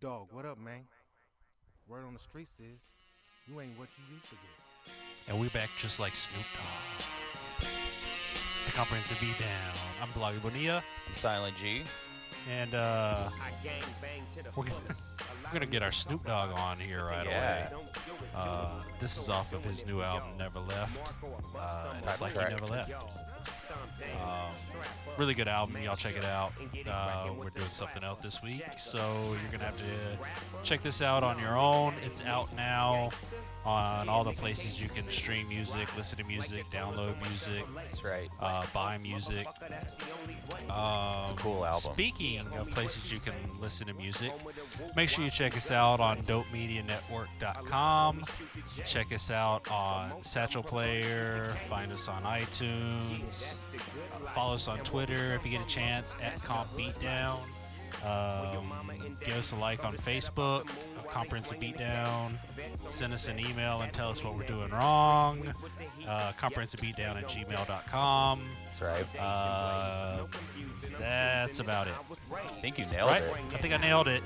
Dog, what up, man? Word on the streets is you ain't what you used to be. And we back just like Snoop Dogg. The comprehensive beat down. I'm Bloggy Bonilla, Silent G. and uh, I gang bang to the We're gonna- fullest. we're gonna get our Snoop Dogg on here right Yeah. away. Uh, this is off of his new album, Never Left. Uh, it's Title like track. he never left. Um, really good album. Y'all check it out. Uh, we're doing something out this week, so you're gonna have to check this out on your own. It's out now on all the places you can stream music, listen to music, download music, That's right. uh, buy music. Um, It's a cool album. Speaking of places you can listen to music, make sure you check us out on dopemedianetwork.com. Check us out on Satchel Player. Find us on iTunes. Uh, follow us on Twitter if you get a chance at Comp Beatdown. Um, give us a like on Facebook, Comprehensive Beatdown. Send us an email and tell us what we're doing wrong. Uh, comprehensivebeatdown at gmail.com. That's right. Uh, that's about it I think you nailed right? it. I think I nailed it.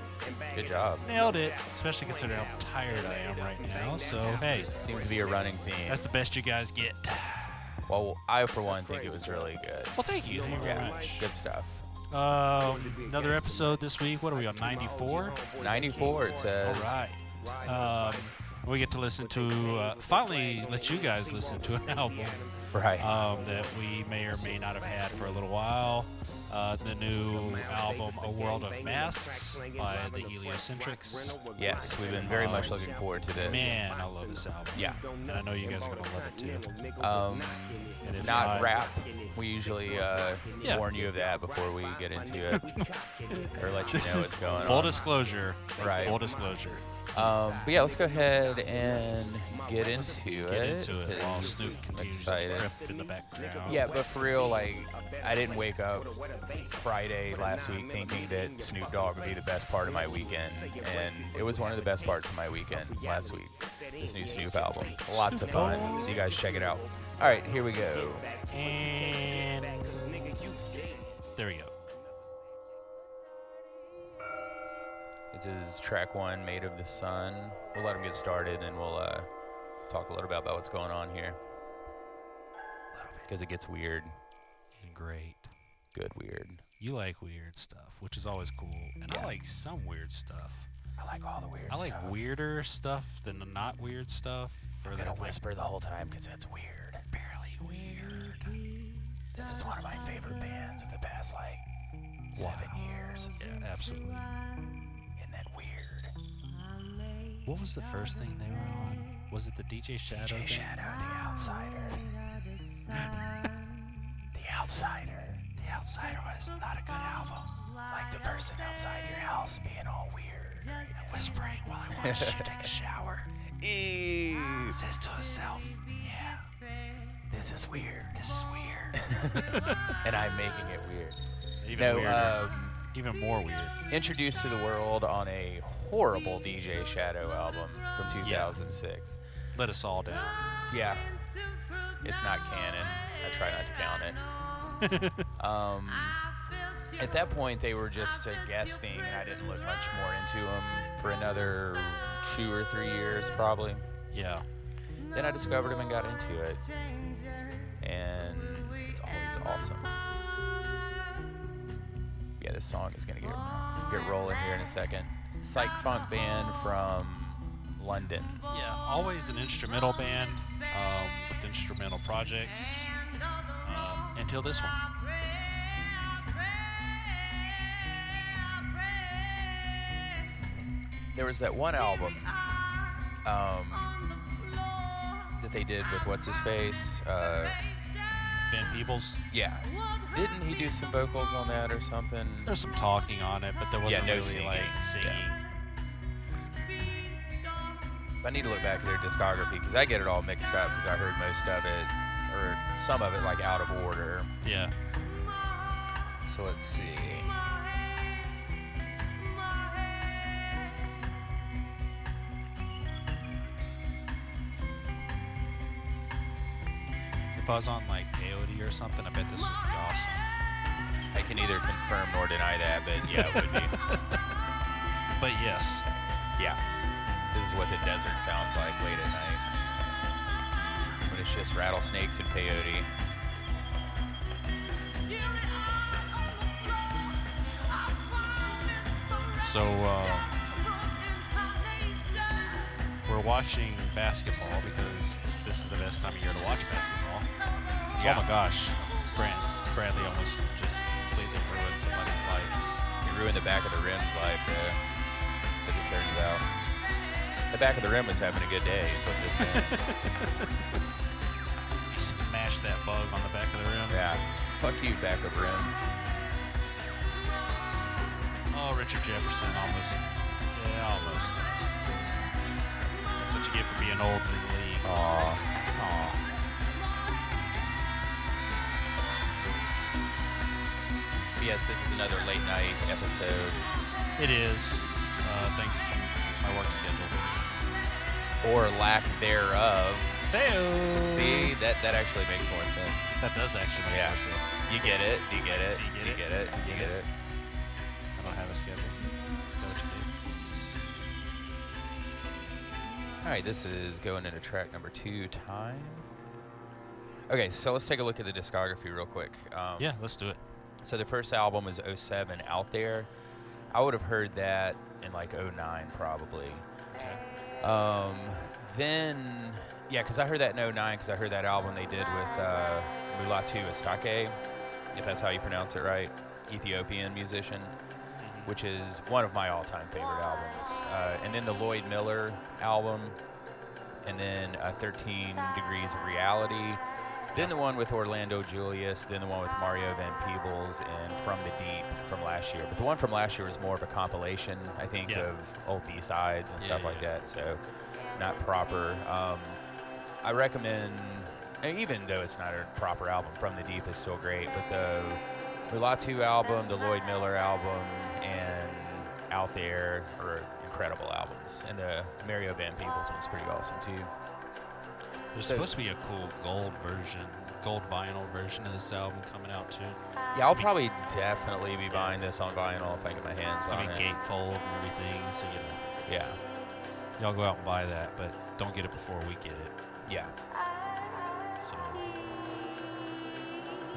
Good job. Nailed it. Especially considering how tired I am right now. So hey, Seems to be a running theme. that's the best you guys get. well, I for one think it was really good. Well, thank you. Thank you very Yeah, much. good stuff. Um, another episode this week. What are we on? 94. 94 it All says. right. Um, we get to listen to uh, finally let you guys listen to an album Right. um, that we may or may not have had for a little while. Uh, the new album, A World of Masks, by the Heliocentrics. yes, we've been very much Um, looking forward to this. Man, I love this album. Yeah. And I know you guys are going to love it too. Um, And if not not- rap. We usually uh, Yeah. warn you of that before we get into it or let you This know is what's going full on. disclosure. Right. Full disclosure. Um, but yeah, let's go ahead and get into Get it. into it while 'cause Snoop I'm continues excited. to rip in the background. Yeah, but for real, like, I didn't wake up Friday last week thinking that Snoop Dogg would be the best part of my weekend. And it was one of the best parts of my weekend last week. This new Snoop album. Lots of fun. So you guys check it out. All right, here we go. And there we go. This is track one, Made of the Sun. We'll let him get started and we'll uh, talk a little bit about what's going on here. Because it gets weird. And great. Good weird. You like weird stuff, which is always cool. And I Yeah. like some weird stuff. I like all the weird I like stuff. weirder stuff than the not weird stuff. For I'm that, gonna like, whisper the whole time because that's weird. Barely weird. This is one of my favorite bands of the past like seven years. Yeah, absolutely. Isn't that weird? What was the first thing they were on? Was it the DJ Shadow? DJ thing? Shadow, The Outsider. the Outsider. The Outsider was not a good album. Like the person outside your house being all weird. And whispering while I watch you take a shower. Ew. Says to herself, yeah. This is weird. This is weird. and I'm making it weird. Even No, weirder. um, Even more weird. introduced to the world on a horrible DJ Shadow album from 2006. Let us all down. Yeah. It's not canon. I try not to count it. um, at that point, they were just a guest thing, and I didn't look much more into them for another two or three years, probably. Yeah. Then I discovered them and got into it. And it's always awesome. Yeah, this song is gonna get get rolling here in a second. Psych funk band from London. Yeah, always an instrumental band um, with instrumental projects uh, until this one. There was that one album um, that they did with what's his face. Uh, Van Peebles, yeah, didn't he do some vocals on that or something? there's some talking on it, but there wasn't Yeah, no really singing. like Yeah. singing. I need to look back at their discography because I get it all mixed up because I heard most of it or some of it like out of order. Yeah. So let's see. If I was on like peyote or something, I bet this would be awesome. I can neither confirm nor deny that, but yeah, it would be. but yes. Yeah. This is what the desert sounds like late at night. When it's just rattlesnakes and peyote. So uh, we're watching basketball because this is the best time of year to watch basketball. Yeah. Oh my gosh, Brand Bradley almost just completely ruined somebody's life. It ruined the back of the rim's life, though, as it turns out. The back of the rim was having a good day and put this in. He smashed that bug on the back of the rim. yeah. Fuck you, back of rim. Oh, Richard Jefferson almost. Yeah, almost. That's what you get for being old in the league. Aw. Aw. Yes, this is another late night episode. Oh. It is. Uh, thanks to my work schedule. Or lack thereof. Theo. See, that, that actually makes more sense. That does actually make Yeah. Mm. more sense. You get it? Do you get it? Do Do you you get get it? it? Do you get it? I don't have a schedule. Is that what you do? All right, this is going into track number two, time. Okay, so let's take a look at the discography real quick. Um, Yeah, let's do it. So the first album is 07, Out There. I would have heard that in like 09 probably. Okay. Um, then, yeah, because I heard that in 09 because I heard that album they did with uh, Mulatu Estake, if that's how you pronounce it right, Ethiopian musician, which is one of my all time favorite albums. Uh, and then the Lloyd Miller album, and then uh, 13 Degrees of Reality, then the one with Orlando Julius, then the one with Mario Van Peebles, and From the Deep from last year. But the one from last year was more of a compilation, I think, Yeah. of old B sides and Yeah, stuff yeah, like yeah. that. So not proper. Um, I recommend, and even though it's not a proper album, From the Deep is still great. But the Mulatu album, the Lloyd Miller album, and Out There are incredible albums. And the Mario Van Peebles one's pretty awesome too. There's So- supposed to be a cool gold version, gold vinyl version of this album coming out too. Yeah, I'll probably definitely be buying this on vinyl if I get my hands It's on gonna be it. gatefold and everything, so you know, Yeah, y'all go out and buy that, but don't get it before we get it. yeah. So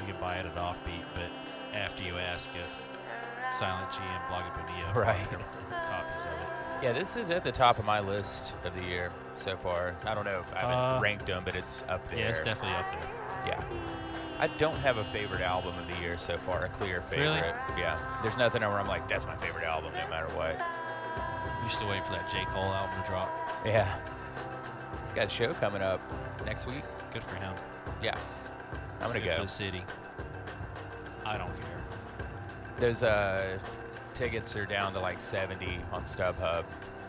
you can buy it at Offbeat, but after you ask if Silent G and Blaga Bonilla are Right. getting copies of it. Yeah, this is at the top of my list of the year so far. I don't know if I haven't Uh, ranked them, but it's up there. Yeah, it's definitely up there. Yeah. I don't have a favorite album of the year so far, a clear favorite. Really? Yeah. There's nothing where I'm like, that's my favorite album no matter what. You still waiting for that J Cole album to drop? Yeah. He's got a show coming up next week. Good for him. Yeah. I'm gonna Good for go. the city. I don't care. Those uh tickets are down to like seventy on StubHub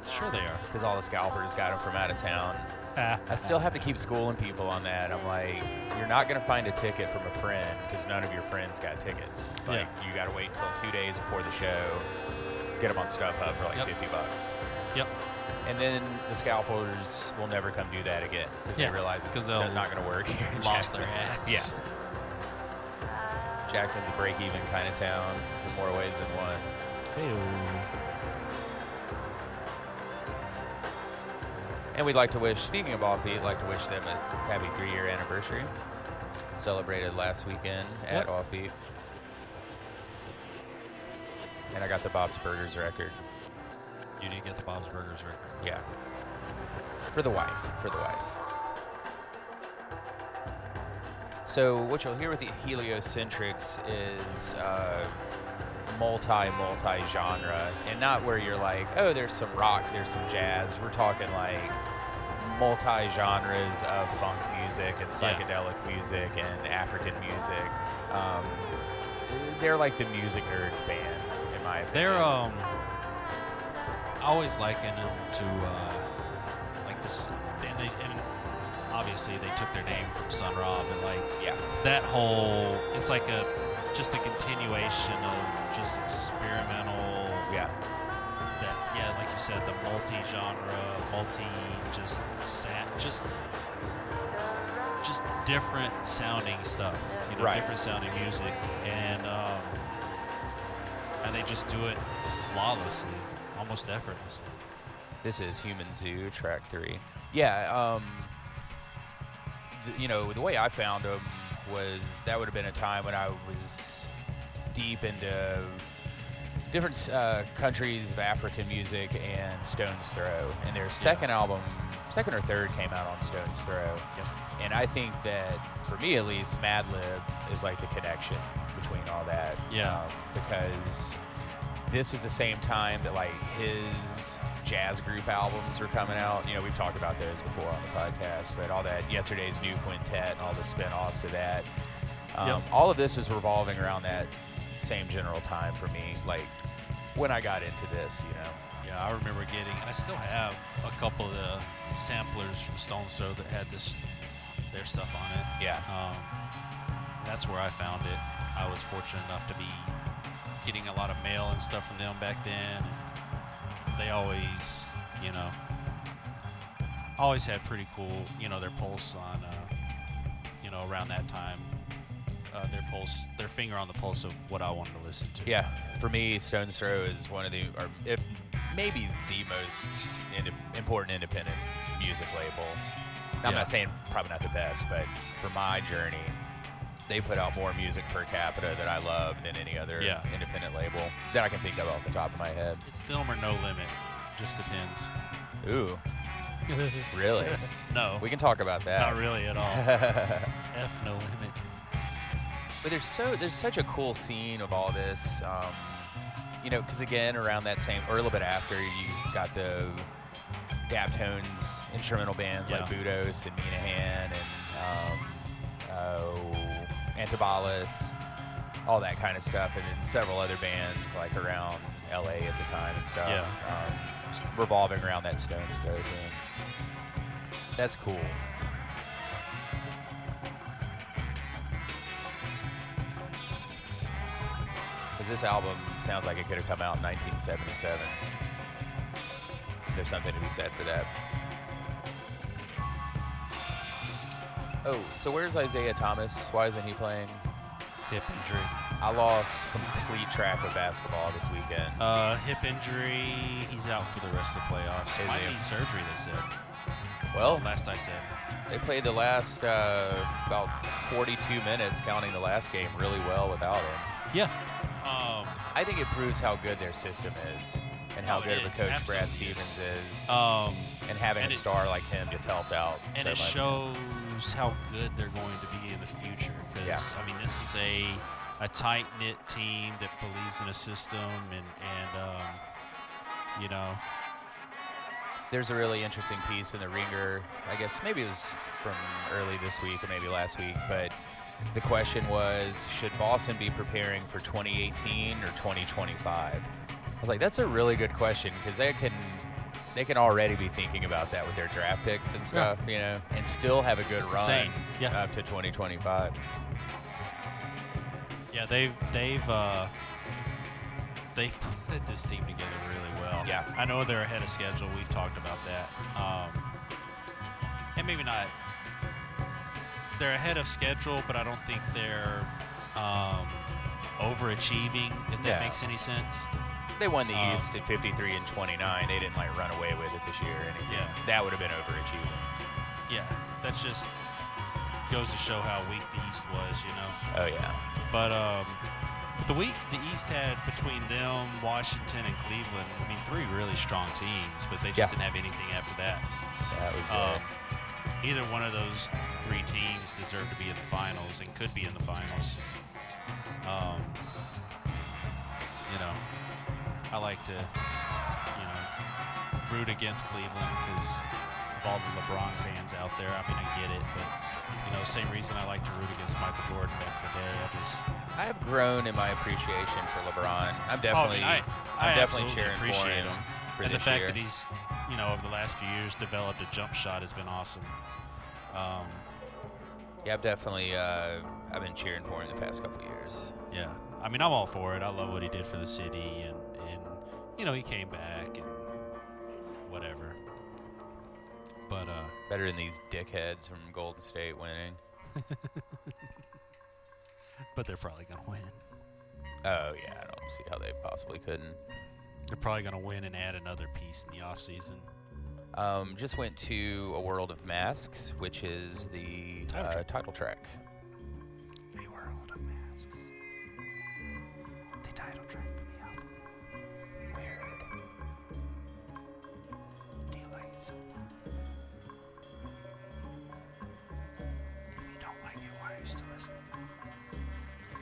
Sure they are. because all the scalpers got them from out of town. I still have to keep schooling people on that. I'm like, you're not gonna find a ticket from a friend because none of your friends got tickets. Like, you gotta wait until two days before the show, get them on StubHub for like Yep. 50 bucks, Yep. and then the scalpers will never come do that again because Yeah, they realize it's 'cause they'll not gonna work. here in Lost their Jackson. ass. Yeah, Jackson's a break-even kind of town in more ways than one. Hey-o. And we'd like to wish, speaking of Offbeat, like to wish them a happy three-year anniversary. Celebrated last weekend Yep. at Offbeat. And I got the Bob's Burgers record. You didn't get the Bob's Burgers record. Yeah. For the wife. For the wife. So what you'll hear with the Heliocentrics is uh, multi multi genre, and not where you're like, oh, there's some rock, there's some jazz. We're talking like multi genres of funk music and psychedelic music and African music. Um, they're like the music nerds band, in my opinion. They're um I always liken them to uh like this and they and it's- obviously they took their name from Sun Ra, but like yeah, that whole it's like a just a continuation of just experimental yeah. that yeah, like you said, the multi-genre, multi just sat just just different sounding stuff, you know, Right. different sounding music, and um, and they just do it flawlessly, almost effortlessly. This is Human Zoo track three. Yeah, um, th- you know the way I found them was that would have been a time when I was deep into different s- uh, countries of African music and Stones Throw, and their second album, second or third, came out on Stones Throw. Yep. And I think that, for me at least, Madlib is like the connection between all that. Yeah. Um, because this was the same time that like his jazz group albums were coming out. You know, we've talked about those before on the podcast, but all that yesterday's new quintet and all the spin-offs of that. Um, Yep. All of this was revolving around that same general time for me. Like when I got into this, you know. Yeah, I remember getting, and I still have a couple of the samplers from Stone Sour that had this their stuff on it. Yeah. Um, that's where I found it. I was fortunate enough to be getting a lot of mail and stuff from them back then. They always, you know, always had pretty cool, you know, their pulse on, uh, you know, around that time, uh, their pulse, their finger on the pulse of what I wanted to listen to. Yeah, for me, Stones Throw is one of the, or if maybe the most inde important independent music label. I'm Yeah. not saying probably not the best, but for my journey, they put out more music per capita that I love than any other Yeah. independent label that I can think of off the top of my head. It's them or no limit. Just depends. Ooh, really? No. we can talk about that. Not really at all. F no limit. But there's so there's such a cool scene of all this, um, you know, because again, around that same or a little bit after, you got the Daptones instrumental bands like Yeah. Budos and Minahan and um, oh, Antibalas, all that kind of stuff, and then several other bands like around LA at the time and stuff, um, revolving around that Stones Throw thing. That's cool. Because this album sounds like it could have come out in 1977. There's something to be said for that. Oh, so where's Isaiah Thomas? Why isn't he playing? Hip injury. I lost complete track of basketball this weekend. Uh, hip injury. He's out for the rest of the playoffs. Is Might he? need surgery. They said. Well, Last I said. they played the last uh, about 42 minutes, counting the last game, really well without him. Yeah. Um. I think it proves how good their system is and how Oh, it good of a is. coach Brad Absolutely is. Stevens is. Um. and having and a it- star like him just helped out. And so it much. shows how good they're going to be in the future. Because Yeah. I mean, this is a a tight knit team that believes in a system and and um, you know, There's a really interesting piece in the Ringer. I guess maybe it was from early this week or maybe last week, but the question was, should Boston be preparing for 2018 or 2025? I was like, that's a really good question because they can they can already be thinking about that with their draft picks and stuff, you know, and still have a good It's run insane. Yeah. up to 2025. yeah, they've they've uh they've put this team together really well. Yeah. I know they're ahead of schedule. We've talked about that. Um, and maybe not. They're ahead of schedule, but I don't think they're um, overachieving. If that Yeah. makes any sense. They won the Um, East at 53 and 29. They didn't like run away with it this year or anything. Yeah. That would have been overachieving. Yeah, that's just goes to show how weak the East was. You know. Oh yeah. But um, but the week the East had between them, Washington, and Cleveland. I mean, three really strong teams, but they just Yeah. didn't have anything after that. That was uh, Um, it. either one of those three teams deserved to be in the finals and could be in the finals. Um, you know, I like to, you know, root against Cleveland because of all the LeBron fans out there. I mean, I get it, but you know, same reason I like to root against Michael Jordan back in the day. I just I have grown in my appreciation for LeBron. I'm definitely, Oh, I- I am definitely absolutely cheering for appreciate him, him. for and this the fact year. that he's, you know, over the last few years developed a jump shot has been awesome. Um, yeah, I've definitely, uh, I've been cheering for him the past couple years. yeah, I mean, I'm all for it. I love what he did for the city, and and you know, he came back and whatever. But uh, Better than these dickheads from Golden State winning. but they're probably gonna win. Oh yeah, I don't see how they possibly couldn't. They're probably going to win and add another piece in the offseason. Um, just went to A World of Masks, which is the Title uh, track. title track. A World of Masks. The title track from the album. Weird. Do you like it so far? If you don't like it, why are you still listening?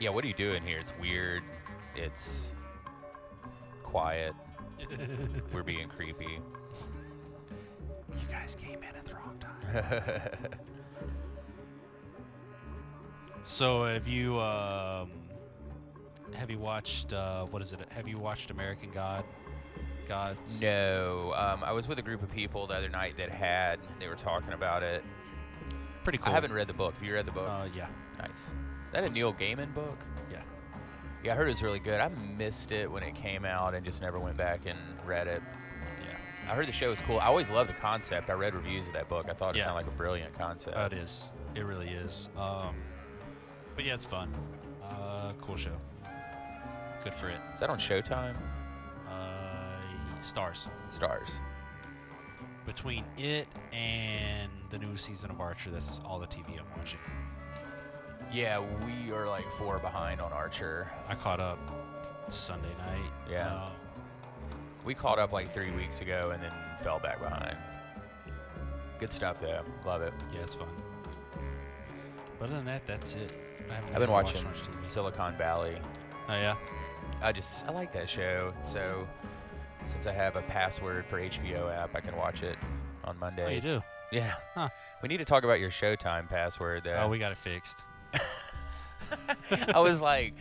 Yeah, what are you doing here? It's weird. It's quiet. We're being creepy. You guys came in at the wrong time. So have you um, have you watched uh, what is it? Have you watched American God? Gods. No, um, I was with a group of people the other night that had. They were talking about it. Pretty cool. I haven't read the book. Have you read the book? Uh, yeah, nice. Is that a Neil Gaiman book? yeah. Yeah, I heard it was really good. I missed it when it came out and just never went back and read it. Yeah, I heard the show was cool. I always loved the concept. I read reviews of that book. I thought it Yeah. sounded like a brilliant concept. it is. It really is. Um, but yeah, it's fun. Uh, cool show. Good for it. Is that on Showtime? Uh, stars Stars. between it and the new season of Archer. That's all the TV I'm watching. Yeah, we are like four behind on Archer. I caught up Sunday night. Yeah. Um, We caught up like three weeks ago and then fell back behind. Good stuff though. Love it. yeah, it's fun. But other than that, that's it. I haven't I've been really watched watching much TV. Silicon Valley. Oh yeah. I just I like that show. So since I have a password for HBO app, I can watch it on Mondays. Oh, you do. Yeah. Huh. We need to talk about your Showtime password though. Oh, we got it fixed. I was like,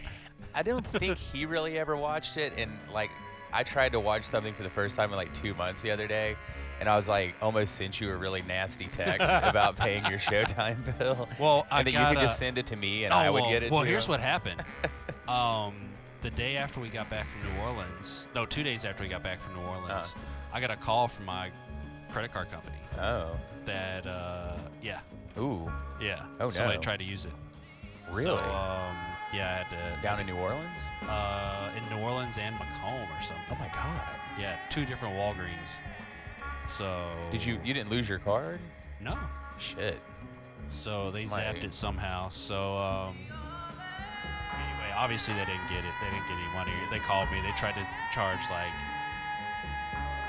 I don't think he really ever watched it. And like, I tried to watch something for the first time in like two months the other day. And I was like, almost sent you a really nasty text about paying your Showtime bill. Well, I and that you could gotta- just send it to me and oh, I would well, get it Well, to here's him. what happened. um, the day after we got back from New Orleans, no, two days after we got back from New Uh-huh. Orleans, I got a call from my credit card company Oh. that, uh, yeah, Ooh. yeah, Oh, somebody no. tried to use it. Really? So, um, yeah, I had to, Down in New Orleans? uh, in New Orleans and Macomb or Oh something. my God. Yeah, two different Walgreens. So Did you, you didn't lose your card? No. Shit. So they Somebody- zapped it somehow. So um, anyway, obviously they didn't get it. They didn't get any money. They called me. They tried to charge like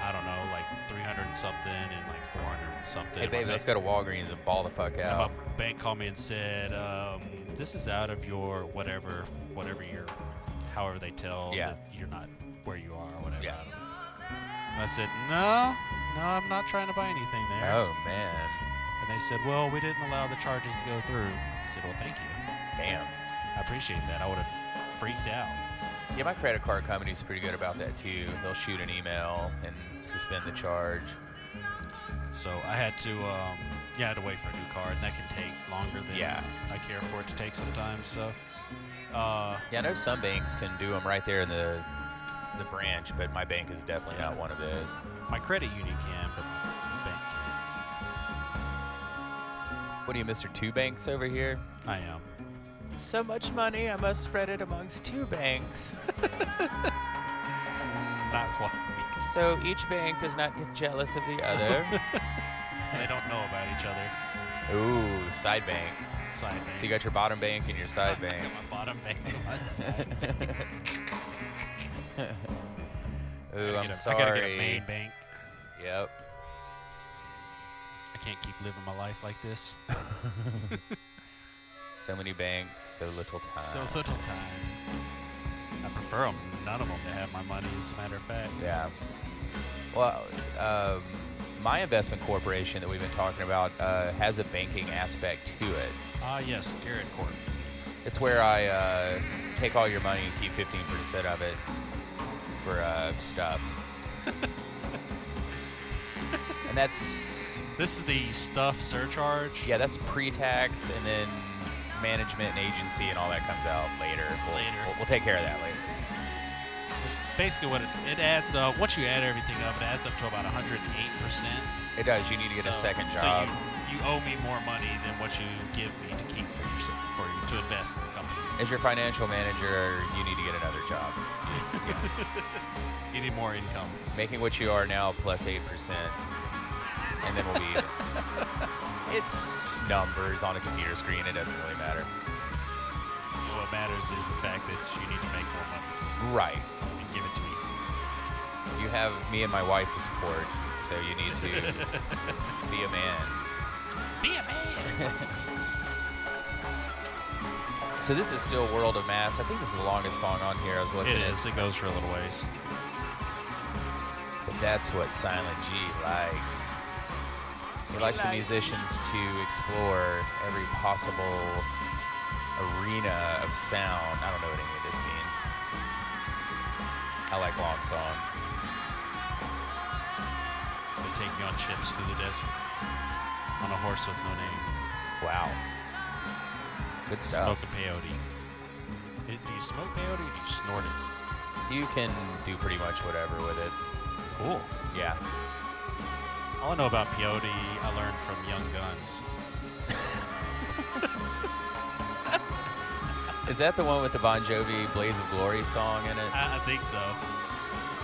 I don't know, like 300 and something and like 400 and something. Hey, My babe, let's bank- go to Walgreens and ball the fuck My out. bank called me and said, um, "This is out of your whatever, whatever your, however they tell Yeah. that you're not where you are or whatever." Yeah. I don't know. And I said, "No, no, I'm not trying to buy anything there." Oh, man. And they said, well, we didn't allow the charges to go through. I said, well, thank you. Damn. I appreciate that. I would have freaked out. Yeah, my credit card company's pretty good about that too. They'll shoot an email and suspend the charge. So I had to, um, yeah, I had to wait for a new card, and that can take longer than Yeah. I care for it to take sometimes. So, uh, Yeah, I know some banks can do them right there in the the branch, but my bank is definitely Yeah. not one of those. my credit union can, but my bank can. What are you, Mr. Two Banks over here? I am. So much money, I must spread it amongst two banks. Not quite. so each bank does not get jealous of the other. they don't know about each other. Ooh, side bank. Side So you got your bottom bank and your side I bank. got my bottom bank on my side. I Ooh, gotta I'm get a- I sorry. gotta get a main bank. Yep. I can't keep living my life like this. So many banks, so little time. So little time. I prefer 'em- none of them to have my money, as a matter of fact. Yeah. Well, um, my investment corporation that we've been talking about uh, has a banking aspect to it. Ah, yes, Garrett Court. It's where I uh, take all your money and keep 15% of it for uh, stuff. and that's, This is the stuff surcharge. yeah, that's pre tax, and then management and agency and all that comes out later. We'll, Later. We'll, we'll take care of that later. basically what it, it adds up. Once you add everything up, it adds up to about 108 percent. It does. You need to get a So- second so job. you, you owe me more money than what you give me to keep for yourself, for you to invest in the company. As your financial manager, you need to get another job. You need more income. Making what you are now plus eight percent, and then we'll be. even. it's numbers on a computer screen. It doesn't really matter. What matters is the fact that you need to make more money Right. and give it to me. You have me and my wife to support, so you need to be a man. Be a man. So this is still World of Mass. I think this is the longest song on here. I was looking it at is. It goes for a little ways. But that's what Silent G likes. He likes the musicians to explore every possible arena of sound. I don't know what any of this means. I like long songs. They take you on ships through the desert on a horse with no name. Wow. Good stuff. Smoking peyote. It- do you smoke peyote or do you snort it? You can do pretty much whatever with it. Cool. Yeah. All I know about peyote, I learned from Young Guns. Is that the one with the Bon Jovi Blaze of Glory song in it? I, I think so.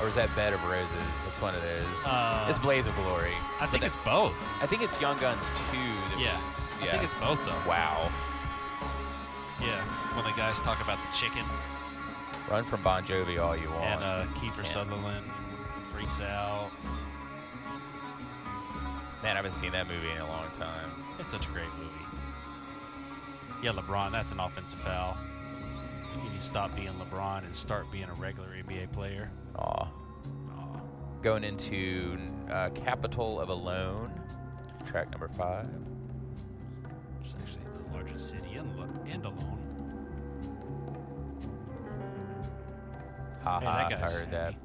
Or is that Bed of Roses? It's one of those. Uh, it's Blaze of Glory. I think that- it's both. I think it's Young Guns 2. That Yeah. was- I think it's both though. Wow. Yeah. When the guys talk about the chicken Run from Bon Jovi all you want. and uh, Kiefer Oh, Yeah. Sutherland freaks out. Man, I haven't seen that movie in a long time. It's such a great movie. Yeah, LeBron, that's an offensive foul. You need to stop being LeBron and start being a regular NBA player. Aw. Going into uh, Capital of Alone, track number five. It's actually the largest city in Lo- and alone. Ha Man, ha, that I guy's Uh-huh, heard that. happy.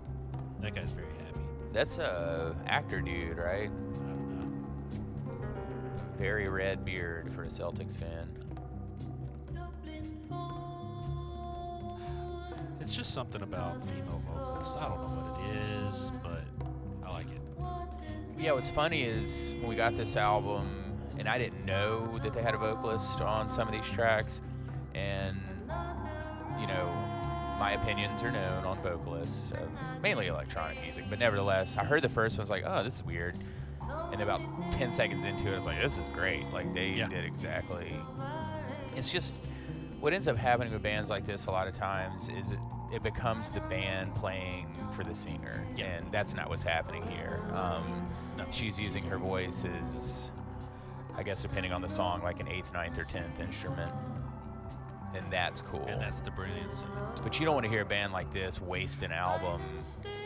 That guy's very happy. That's a actor dude, right? I don't know. Very red beard for a Celtics fan. It's just something about female vocalists. I don't know what it is, but I like it. Yeah, what's funny is when we got this album, and I didn't know that they had a vocalist on some of these tracks, and you know, my opinions are known on vocalists, uh, mainly electronic music, but nevertheless, I heard the first one, I was like, oh, this is weird, and then about ten seconds into it, I was like, this is great, like they Yeah. did exactly. It's just what ends up happening with bands like this a lot of times is it, it becomes the band playing for the singer, Yeah. and that's not what's happening here. Um, No. she's using her voice as, I guess, depending on the song, like an eighth, ninth, or tenth instrument. And that's cool. And that's the brilliance of it. but you don't want to hear a band like this waste an album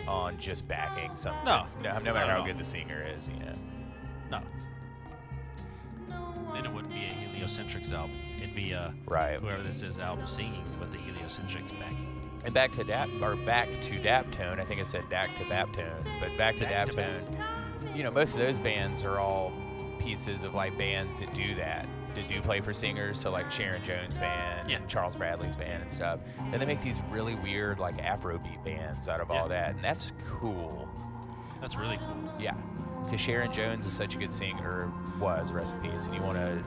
on just backing something. No. no, no Not at matter how all. good the singer is, you know. No. Then it wouldn't be a heliocentrics album. It'd be a Right. whoever this is album singing with the heliocentrics backing. And back to dap or back to Daptone. I think it said Dac to Baptone, but back to Back to Daptone. You know, most of those bands are all pieces of like bands that do that, that do play for singers. So like Sharon Jones band, Yeah. Charles Bradley's band, and stuff. And they make these really weird like Afrobeat bands out of Yeah. all that, and that's cool. That's really cool. Yeah, because Sharon Jones is such a good singer, was rest in peace, and you want to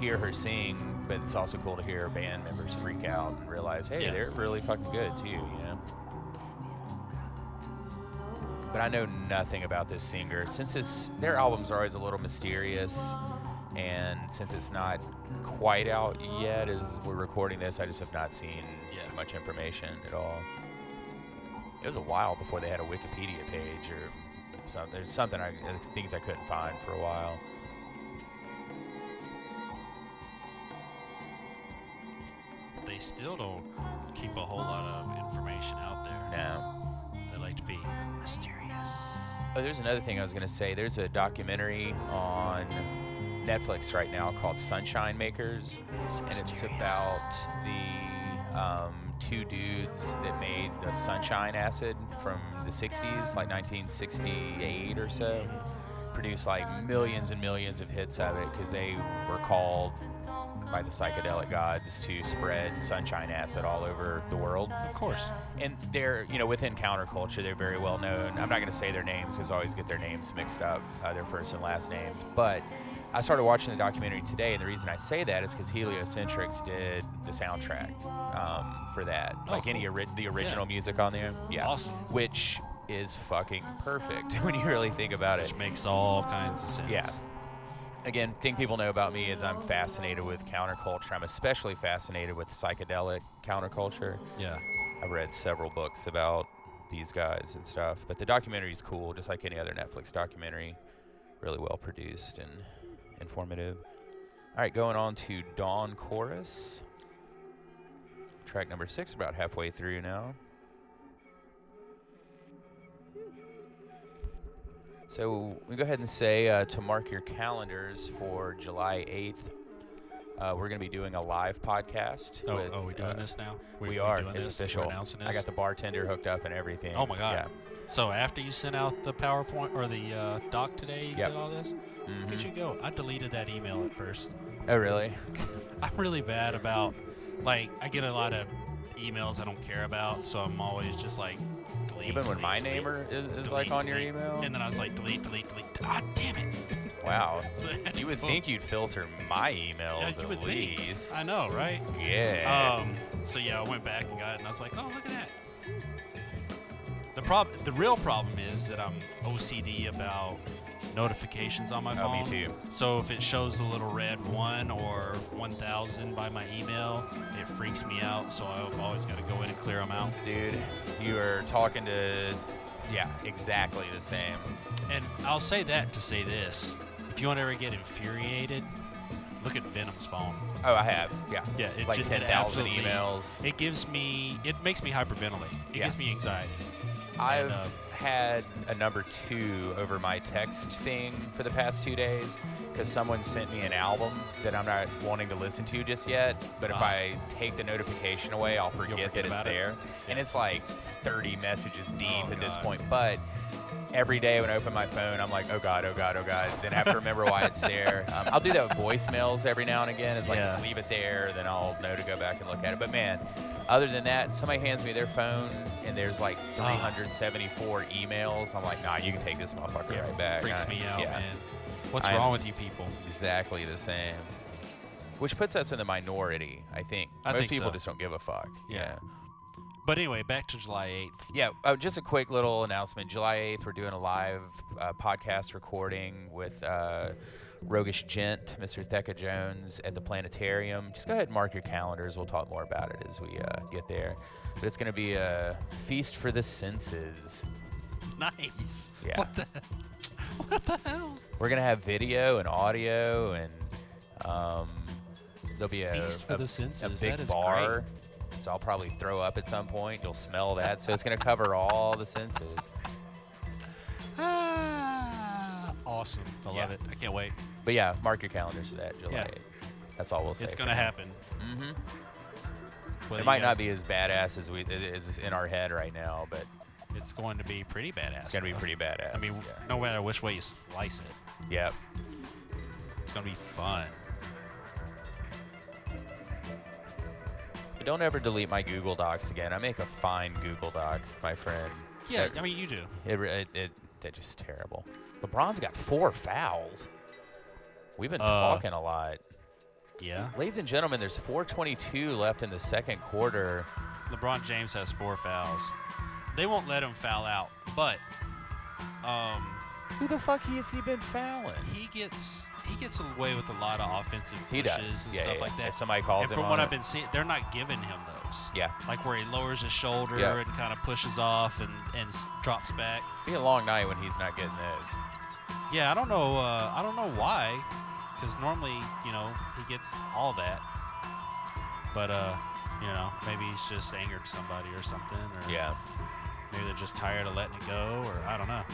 hear her sing, but it's also cool to hear her band members freak out and realize, hey, Yeah. they're really fucking good too, you know. But I know nothing about this singer since it's their albums are always a little mysterious, and since it's not quite out yet as we're recording this, I just have not seen Yeah. much information at all. It was a while before they had a Wikipedia page or something. There's something I uh, things I couldn't find for a while. They still don't keep a whole lot of information out there. No. They like to be mysterious. Oh, there's another thing I was gonna say. There's a documentary on Netflix right now called Sunshine Makers, and it's about the um, two dudes that made the sunshine acid from the 60s, like 1968 or so. Produced like millions and millions of hits of it because they were called by the psychedelic gods to spread sunshine acid all over the world. Of course. And they're, you know, within counterculture, they're very well known. I'm not going to say their names because I always get their names mixed up, uh, their first and last names. But I started watching the documentary today, and the reason I say that is because Heliocentrics did the soundtrack um, for that, Oh, like any cool. ori- the original music on there. Yeah, Awesome. which is fucking perfect when you really think about it. Which makes all kinds of sense. Yeah. Again, thing people know about me is I'm fascinated with counterculture. I'm especially fascinated with psychedelic counterculture. Yeah. I've read several books about these guys and stuff, but the documentary is cool, just like any other Netflix documentary. Really well produced and informative. All right, going on to Dawn Chorus. Track number six, about halfway through now. So we go ahead and say uh, to mark your calendars for July 8th. Uh, we're going to be doing a live podcast. Oh, with, are we doing uh, this now? we, we are. doing It's this? We're official. announcing I this? got the bartender hooked up and everything. Oh my god. So after you sent out the PowerPoint or the uh, doc today, you Yep. did all this. Yeah. Look at Mhm. you go. I deleted that email at first. Oh really? I'm really bad about like I get a lot of emails I don't care about, so I'm always just like delete. Even when delete, my delete, name are- is, is delete, like on your delete. email. And then I was like delete, delete, delete. Ah, damn it! Wow. So I had to You would go- think you'd filter my Yeah, emails you would at think. least. I know, right? Yeah. Um, so yeah, I went back and got it, and I was like, oh, look at that. The prob- the real problem is that I'm OCD about notifications on my Oh, phone. me too. So if it shows a little red one or 1,000 by my email, it freaks me out. So I've always got to go in and clear them out. Dude, you are talking to. Yeah, exactly the same. And I'll say that to say this: if you want to ever get infuriated, look at Venom's phone. Oh, I have. Yeah. Yeah, it like just, it ten thousand absolutely- emails. It gives me, it makes me hyperventilate. It Yeah. gives me anxiety. I've And, uh, had a number two over my text thing for the past two days because someone sent me an album that I'm not wanting to listen to just yet. But if Ah. I take the notification away, I'll forget, forget that it's about it. there. Yeah. And it's like 30 messages deep Oh, at this God. point. But every day when I open my phone, I'm like, oh God, oh God, oh God. Then I have to remember why it's there. Um, I'll do that with voicemails every now and again. It's like Yeah. just leave it there, then I'll know to go back and look at it. But man, other than that, somebody hands me their phone and there's like Ah. 374 emails. I'm like, nah, you can take this motherfucker Yeah, right back. freaks I- me out, yeah, man. What's I am- wrong with you people? Exactly the same. Which puts us in the minority, I think. I Most think people so. just don't give a fuck. Yeah. But anyway, back to July 8th. Yeah, oh, just a quick little announcement. July 8th, we're doing a live uh, podcast recording with uh, Roguish Gent, Mr. Thecka Jones at the Planetarium. Just go ahead and mark your calendars. We'll talk more about it as we uh, get there. But it's going to be a feast for the senses. Nice. Yeah. What the? What the hell? We're going to have video and audio, and um, there'll be a, Feast for a- the a senses. big that is bar. So I'll probably throw up at some point. You'll smell that. So it's going to cover all the senses. Great. Ah, awesome. I love Yeah. it. I can't wait. But yeah, mark your calendars for that July Yeah. 8th. That's all we'll say. It's going to happen. hmm Whether It you might guys- not be as badass as we it is in our head right now, but It's going to be pretty badass. it's gonna be though. pretty badass. I mean, yeah. no matter which way you slice it, yep. it's going to be fun. But don't ever delete my Google Docs again. I make a fine Google Doc, my friend. Yeah, That- I mean, you do. it, re- it, it that just terrible. LeBron's got four fouls. We've been Uh, talking a lot, Yeah. ladies and gentlemen. There's 4:22 left in the second quarter. LeBron James has four fouls. They won't let him foul out, but um, Who the fuck has he been fouling? he gets he gets away with a lot of offensive He pushes does. and Yeah, stuff yeah, like yeah. that. If somebody calls and him from on what it. I've been seeing, they're not giving him those. Yeah. Like where he lowers his shoulder Yeah. and kind of pushes off and and s- drops back. Be a long night when he's not getting those. Yeah, I don't know. Uh, I don't know why, because normally you know he gets all that. But uh, you know maybe he's just angered somebody or something, or Yeah. maybe they're just tired of letting it go, or I don't know.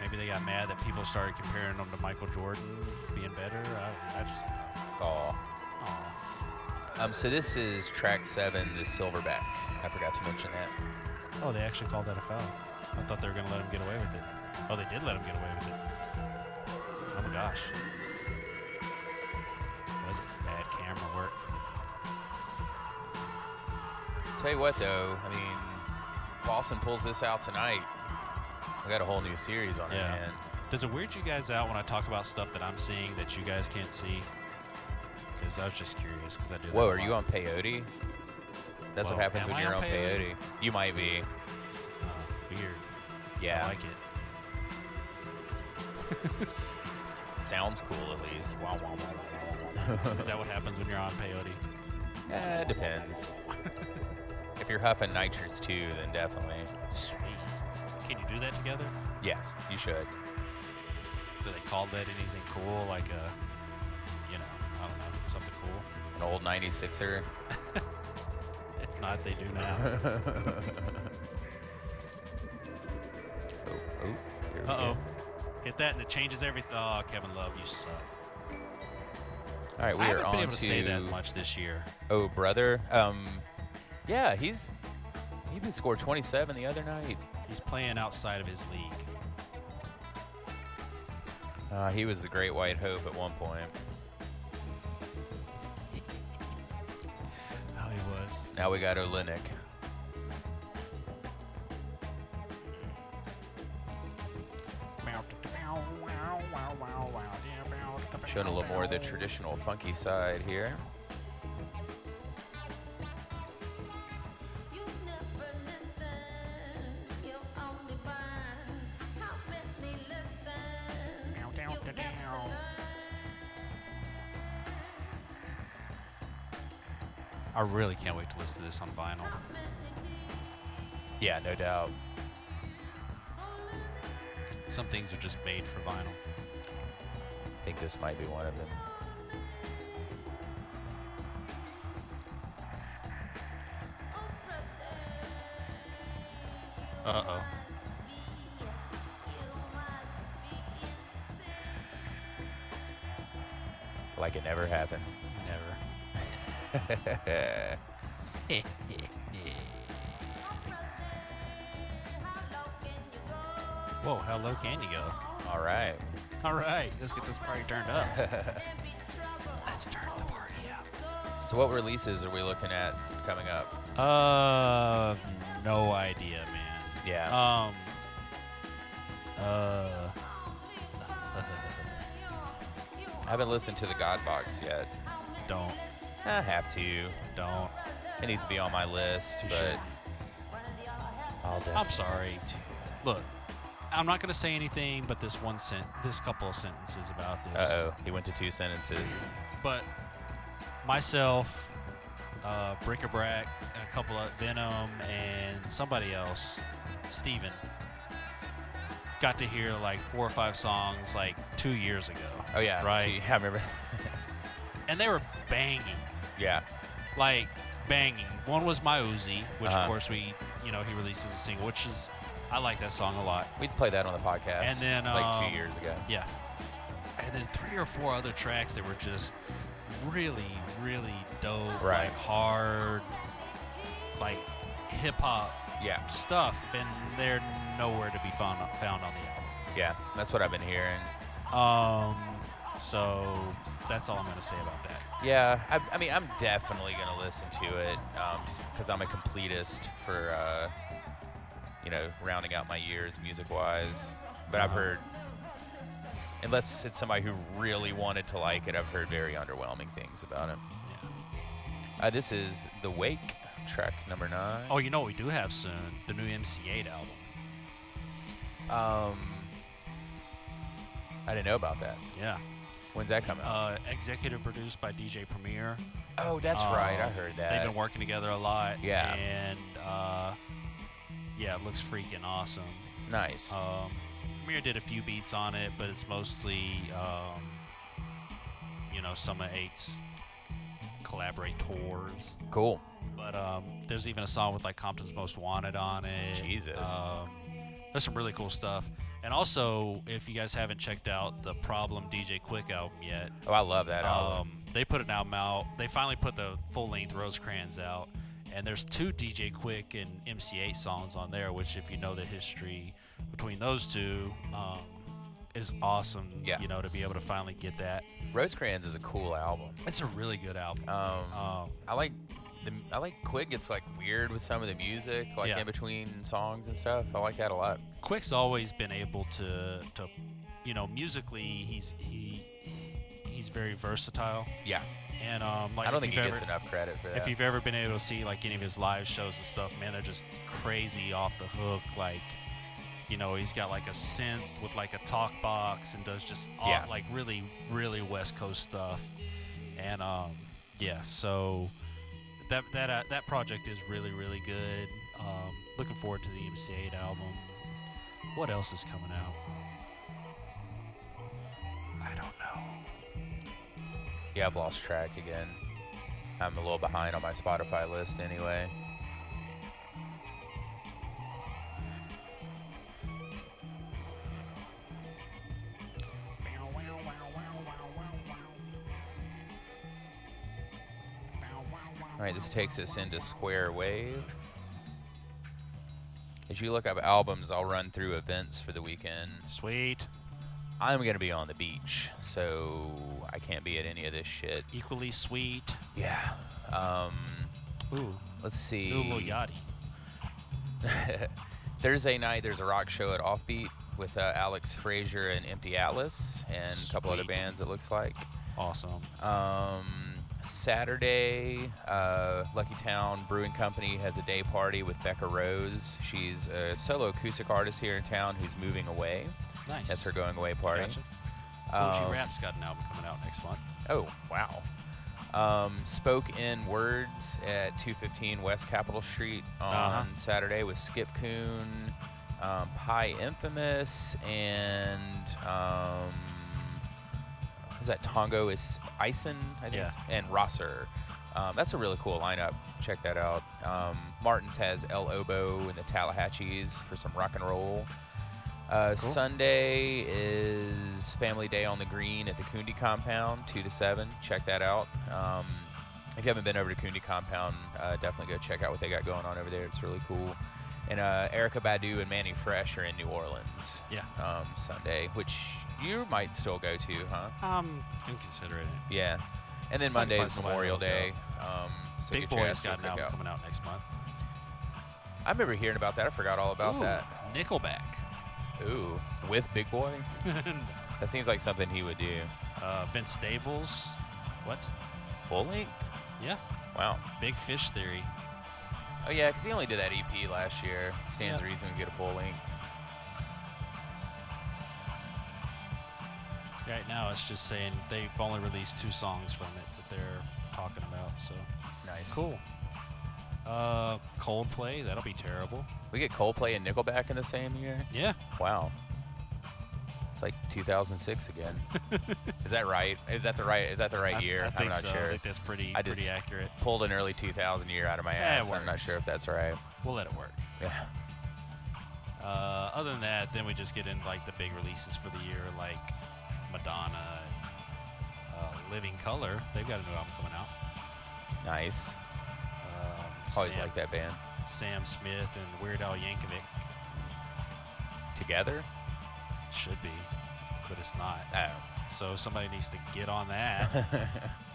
Maybe they got mad that people started comparing him to Michael Jordan being better. I, I just Oh. Aw. Um, so this is track seven, the Silverback. I forgot to mention that. Oh, they actually called that a foul. I thought they were going to let him get away with it. Oh, they did let him get away with it. Oh my gosh. Was it hammer work. Tell you what, though, I mean, Boston pulls this out tonight. We got a whole new series on Yeah. it, man. Does it weird you guys out when I talk about stuff that I'm seeing that you guys can't see? Because I was just curious because I do. that Whoa, a are you lot. on peyote? That's Whoa, what happens am when I you're on on peyote? peyote. You might be. Oh, weird. Yeah. I like it. Sounds cool, at least. Wah, wah, wah, wah, wah, Is that what happens when you're on peyote? wah. Eh, it depends. if you're huffing nitrous too, then definitely. Sweet. Can you do that together? Yes, you should. Do they call that anything cool? Like a, you know, I don't know, something cool. An old 96er. If not, they do now. Oh, oh. here we go. Uh oh. Hit that and it changes everything. Oh, Kevin Love, you suck. All right, we I are haven't on been able to, to say that much this year. Oh, brother. Um, yeah, he's he even scored 27 the other night. He's playing outside of his league. Uh, he was the great white hope at one point. Oh, he was. Now we got Olenek. Showing a little more of the traditional funky side here. I really can't wait to listen to this on vinyl. Yeah, no doubt. Some things are just made for vinyl. I think this might be one of them. Uh oh. Like it never happened. Never. Whoa, how low can you go? All right. All right, let's get this party turned up. Let's turn the party up. So what releases are we looking at coming up? uh, no idea, man. Yeah. Um, uh, I haven't listened to the God Box yet. don't, I have to. don't. It needs to be on my list, You but shouldn't. I'll I'm definitely sorry. listen to it. Look, I'm not gonna say anything, but this one sent, this couple of sentences about this. Uh oh, he went to two sentences. but myself, uh, Brick-a-Brack, and a couple of Venom and somebody else, Steven, got to hear like four or five songs like two years ago. Oh yeah, Right. gee, I remember. And they were banging, yeah, like banging. One was My Uzi, which Uh-huh. of course we, you know, he released as a single, which is, I like that song a lot. we played that on the podcast. And then, like um, two years ago. Yeah. And then three or four other tracks that were just really, really dope, Right. like hard, like hip hop Yeah, stuff, and they're nowhere to be found found on yeah, that's what I've been hearing. the album. Um, so that's all I'm gonna say about that. Yeah, I, I mean, I'm definitely gonna listen to it because I'm a completist for uh, you know rounding out my years music wise. But I've Uh-huh. heard, unless it's somebody who really wanted to like it, I've heard very underwhelming things about it. Yeah. Uh, this is the Wake track number nine. Oh, you know what we do have soon? The new MC8 album. Um, I didn't know about that. Yeah. When's that coming out? Uh, executive produced by DJ Premier. oh, that's right. I Um, heard They've that. been working together a lot. Yeah. And uh, yeah, it looks freaking awesome. nice. Um, Mir did a few beats on it, but it's mostly um, you know some of Eight's collaborators. cool. But um, there's even a song with like Compton's Most Wanted on it. Jesus. Um, there's some really cool stuff. And also, if you guys haven't checked out the Problem DJ Quick album yet, Oh, I love that album. um, they put an album out. They finally put the full length Rosecrans out, and there's two DJ Quick and MCA songs on there. Which, if you know the history between those two, um, is awesome. Yeah. You know, to be able to finally get that. Rosecrans is a cool album. It's a really good album. Um, Um, I like the I like Quick. It's like weird with some of the music, like Yeah. in between songs and stuff. I like that a lot. Quick's always been able to to you know musically he's he he's very versatile Yeah, and um like I don't if think he you've gets ever, enough credit for that. if you've ever been able to see like any of his live shows and stuff man they're just crazy off the hook like you know he's got like a synth with like a talk box and does just all, Yeah. like really really west coast stuff and um yeah so that that uh, that project is really really good um looking forward to the MC8 album what else is coming out I don't know. yeah, I've lost track again. I'm a little behind on my Spotify list anyway. All right, this takes us into Square Wave. As you look up albums, I'll run through events for the weekend. Sweet. I'm going to be on the beach, so I can't be at any of this shit. Equally sweet. Yeah. Um, Ooh. let's see. Ooh, little yachty. Thursday night, there's a rock show at Offbeat with uh, Alex Frazier and Empty Atlas and a couple other Sweet. bands, it looks like. Awesome. Um, Saturday, uh, Lucky Town Brewing Company has a day party with Becca Rose. She's a solo acoustic artist here in town who's moving away. Nice. That's her going away party. Gotcha. Fuji Um, Rap's got an album coming out next month. Oh wow. Um, spoke in words at 215 West Capitol Street on Uh-huh. Saturday with Skip Coon, um, Pie Infamous, and um, is that Tongo is Ison? I think, Yeah. it's- and Rosser. Um, that's a really cool lineup. Check that out. Um, Martin's has El Oboe and the Tallahatchies for some rock and roll. Uh, Sunday is Family Day on the Green at the Coondy Compound, 2 to 7. Check that out. Um, if you haven't been over to Coondy Compound, uh, definitely go check out what they got going on over there. It's really cool. And uh, Erica Badu and Manny Fresh are in New Orleans Yeah. um, Sunday, which you might still go to, huh? Um, I'm considering it. Yeah. And then If I can Monday find is somebody Memorial that'll Day. Um, so Big get your Boy's ass to a got an album cookout. coming out next month. I remember hearing about that. I forgot all about Ooh, that. Nickelback. Ooh, with Big Boy? That seems like something he would do. uh, Vince Staples. What? Full length? Yeah. Wow. Big Fish Theory. Oh yeah, because he only did that EP last year. Stands Yeah. to reason we get a full length. Right now, it's just saying they've only released two songs from it that they're talking about. So Nice. cool. Uh, Coldplay. That'll be terrible. We get Coldplay and Nickelback in the same year. Yeah. Wow. It's like 2006 again. is that right? Is that the right? Is that the right I, year? I am think not so. I sure. think that's pretty I pretty just- accurate. Pulled an early 2000 year out of my Yeah, it ass. I'm not works. sure if that's right. We'll let it work. Yeah. Uh, other than that, then we just get into like the big releases for the year, like Madonna, uh, Living Color. They've got a new album coming out. Nice. Um, Always Sam, like that band. Sam Smith and Weird Al Yankovic Together. should be, but it's not. Oh. So somebody needs to get on that.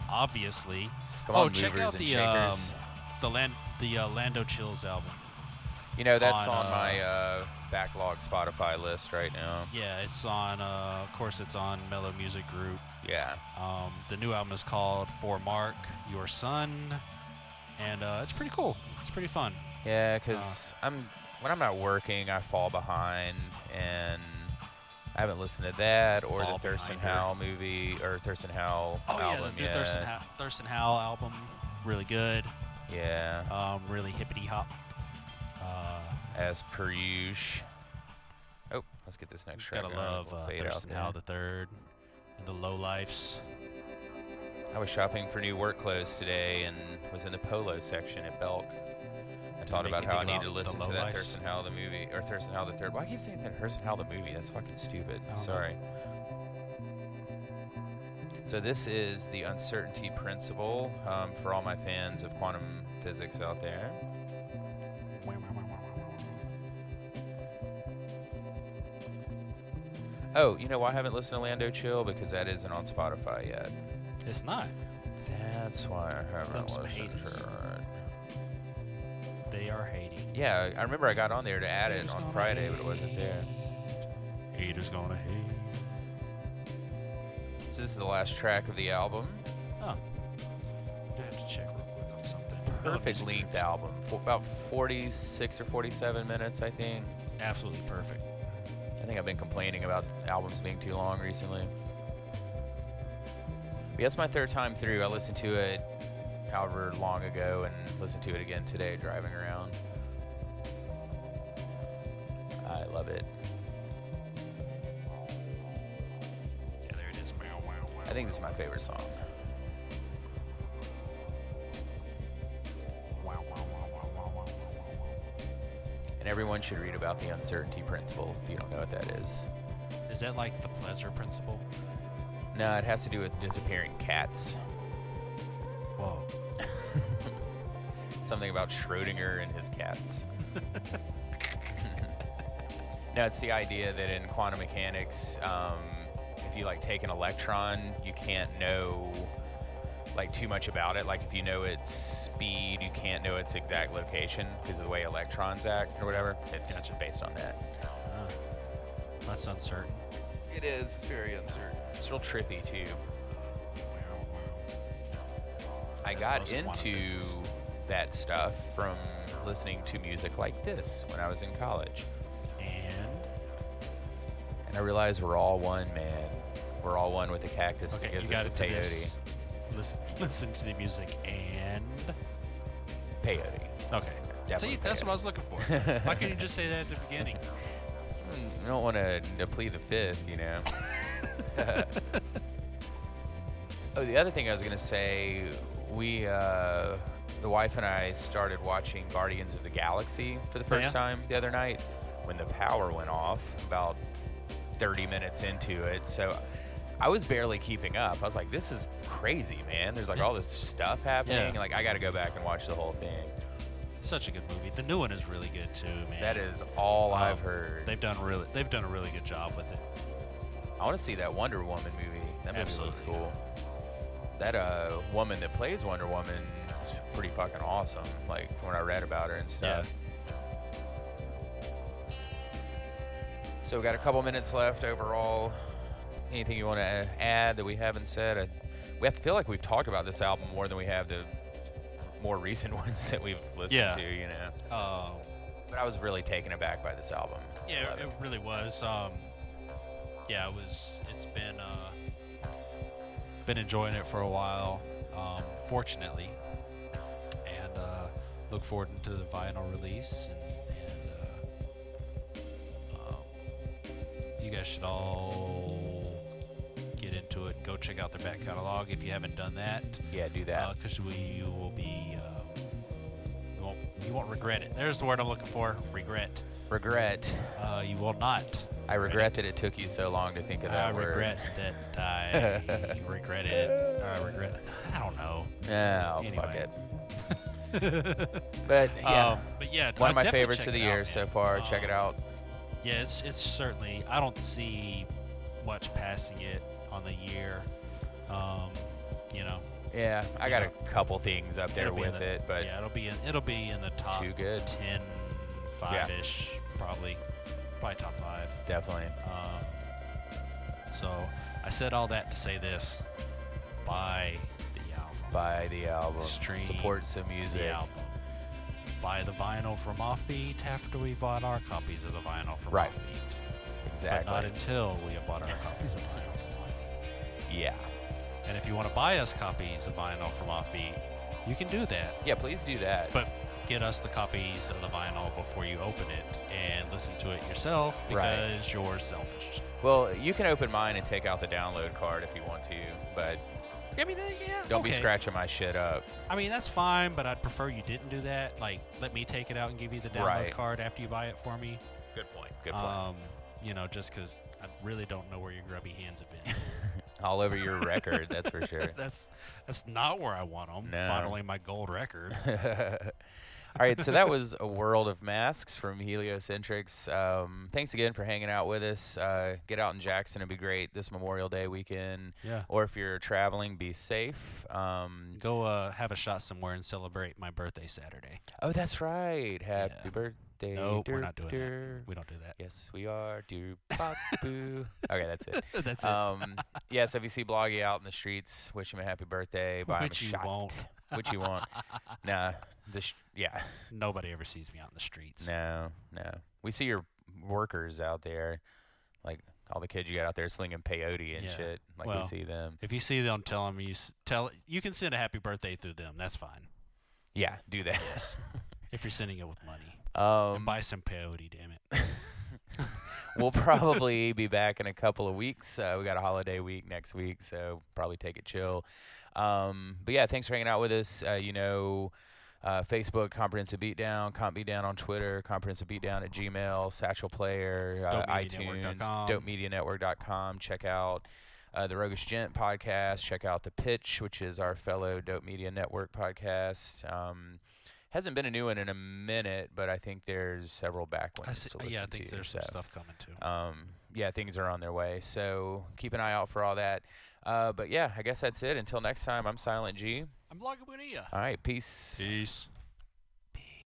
obviously, Come Oh, on, check movers out and the, um, shakers. the land the uh, Lando Chills album. you know that's on, on, uh, my uh, backlog Spotify list right now. Yeah, it's on. Uh, of course, it's on Mellow Music Group. Yeah. Um, the new album is called For Mark, Your Son, and uh, it's pretty cool. It's pretty fun. Yeah, because I'm when I'm not working, I fall behind, and I haven't listened to that or Fall the Thurston behind her. Oh, Howell movie or Thurston Howell album. the, the Thurston, How- Thurston Howell album, really good. yeah, Um, really hippity hop. Uh, as per usual. Oh, let's get this next track. gotta going. love We'll uh, fade out Thurston there. Howell the Third, and the Low Lifes. I was shopping for new work clothes today and was in the polo section at Belk. I thought make about you how I think need about to the listen to low that lives. Thurston Howell the movie or Thurston Howell the third. Why I keep saying that Thurston Howell the movie? That's fucking stupid. I don't know. Sorry. So this is the uncertainty principle um, for all my fans of quantum physics out there. Oh, you know why I haven't listened to Lando Chill? Because that isn't on Spotify yet. It's not. That's why I haven't Thumbs listened haters. to it. They are hating. Yeah, I remember I got on there to add it Haters on gonna Friday, but it wasn't there. hate. Haters gonna hate. So this is the last track of the album. Oh. Do have to check real quick on something. Perfect length album. For about 46 or 47 minutes, I think. Absolutely perfect. I think I've been complaining about albums being too long recently. But that's my third time through. I listened to it however long ago and listened to it again today driving around. I love it. Yeah, there it is. Wow, wow, wow. I think this is my favorite song. Wow, wow, wow, wow, wow, wow, wow, wow. And everyone should read about the uncertainty principle if you don't know what that is. Is that like the pleasure principle? No, it has to do with disappearing cats. Whoa. Something about Schrodinger and his cats. no, it's the idea that in quantum mechanics, um, if you like take an electron, you can't know like too much about it. Like if you know its speed, you can't know its exact location because of the way electrons act or whatever. It's Gotcha. based on that. Uh, that's uncertain. It is. It's very uncertain. It's real trippy too. I As got most quantum into physics. that stuff from listening to music like this when I was in college. And And I realized we're all one, man. We're all one with the cactus okay, that gives you us got the it to peyote. this. Listen, listen to the music and Peyote. okay. Definitely See, that's what I was looking for. Why couldn't you just say that at the beginning? Mm, I don't want to deplete the fifth, you know. oh, the other thing I was gonna say, we, uh, the wife and I, started watching Guardians of the Galaxy for the first Oh, yeah? time the other night when the power went off about 30 minutes into it. So. I was barely keeping up. I was like, "This is crazy, man." There's like all this stuff happening. Yeah. Like, I got to go back and watch the whole thing. Such a good movie. The new one is really good too, man. That is all Um, I've heard. They've done really. They've done a really good job with it. I want to see that Wonder Woman movie. That movie looks Absolutely. cool. That uh, woman that plays Wonder Woman is pretty fucking awesome. Like from what I read about her and stuff. So we got a couple minutes left overall. Anything you want to add that we haven't said? I, we have to feel like we've talked about this album more than we have the more recent ones that we've listened Yeah. to. You know. Um, But I was really taken aback by this album. I yeah, love it, it. it really was. Um, yeah, it was. It's been uh, been enjoying it for a while. Um, fortunately, and uh, look forward to the vinyl release. And, and uh, um, you guys should all get into it. Go check out their back catalog if you haven't done that. yeah, do that. because we you will be um, you, won't, you won't regret it. There's the word I'm looking for. Regret. regret. Uh, you will not. I regret that it took you so long to think of I that word. regret that I regret it. I regret. I don't know. No, fuck Anyway. it. But yeah, Um, but yeah, one I'd of my definitely favorites check of the it out, year man. so far. check it Um, out. Yeah, it's it's certainly. I don't see much passing it on the year. Um, you know, Yeah, I got a couple things up there it'll be in with the- it, but yeah, it'll be in, it'll be in the top too good. 10, five ish, probably, probably top five. definitely. Um, so I said all that to say this: buy the album, Buy the album. Stream Support some music. the album, buy the vinyl from Offbeat after we bought our copies of the vinyl from Right. Offbeat, but Exactly. not until we have bought our copies of vinyl from Offbeat. yeah. And if you want to buy us copies of vinyl from Offbeat, you can do that, Yeah, please do that. but get us the copies of the vinyl before you open it and listen to it yourself Right. because you're selfish. well, you can open mine and take out the download card if you want to, but I mean, uh, yeah. don't be scratching my shit up. I mean, that's fine, but I'd prefer you didn't do that. Like, let me take it out and give you the download Right. card after you buy it for me. Good point. Good point. Um, you know, just because I really don't know where your grubby hands have been. All over your record, that's for sure. that's that's not where I want them. No. Finally, my gold record. I All right, so that was a world of masks from Heliocentrics. Um, thanks again for hanging out with us. Uh, get out in Jackson; it'd be great this Memorial Day weekend. Yeah. Or if you're traveling, be safe. Um, Go uh, have a shot somewhere and celebrate my birthday Saturday. oh, that's right. Happy Yeah. birthday. No, we're derp not doing that. derp. We don't do that. Yes, we are. Do bop boo. Okay, that's it. That's it. Um, yeah, so if you see Bloggy out in the streets, wish him a happy birthday. Buy Which you him a shot. won't. Which you won't. Nah, the sh- yeah, Nobody ever sees me out in the streets. no, no. We see your workers out there, like all the kids you got out there slinging peyote and Yeah, shit. Like we well. see them. If you see them, tell them you s- tell. You can send a happy birthday through them. That's fine. Yeah, do that. If you're sending it with money, and Um, buy some peyote. Damn it. we'll probably be back in a couple of weeks. Uh, we got a holiday week next week, so probably take it chill. Um, but yeah, thanks for hanging out with us. Uh, you know, uh, Facebook, Comprehensive Beatdown, Comp Beatdown on Twitter, Comprehensive Beatdown at Gmail, Satchel Player, uh, iTunes, DopeMediaNetwork.com. DopeMediaNetwork.com. Check out uh, the Roguish Gent podcast. Check out The Pitch, which is our fellow Dope Media Network podcast. Um, hasn't been a new one in a minute, but I think there's several back I ones s- to listen yeah, I to. think there's some so stuff coming too. um, yeah, things are on their way. So keep an eye out for all that. Uh, but yeah, I guess that's it. Until next time, I'm Silent G. I'm Lagabunilla. All right, peace. Peace.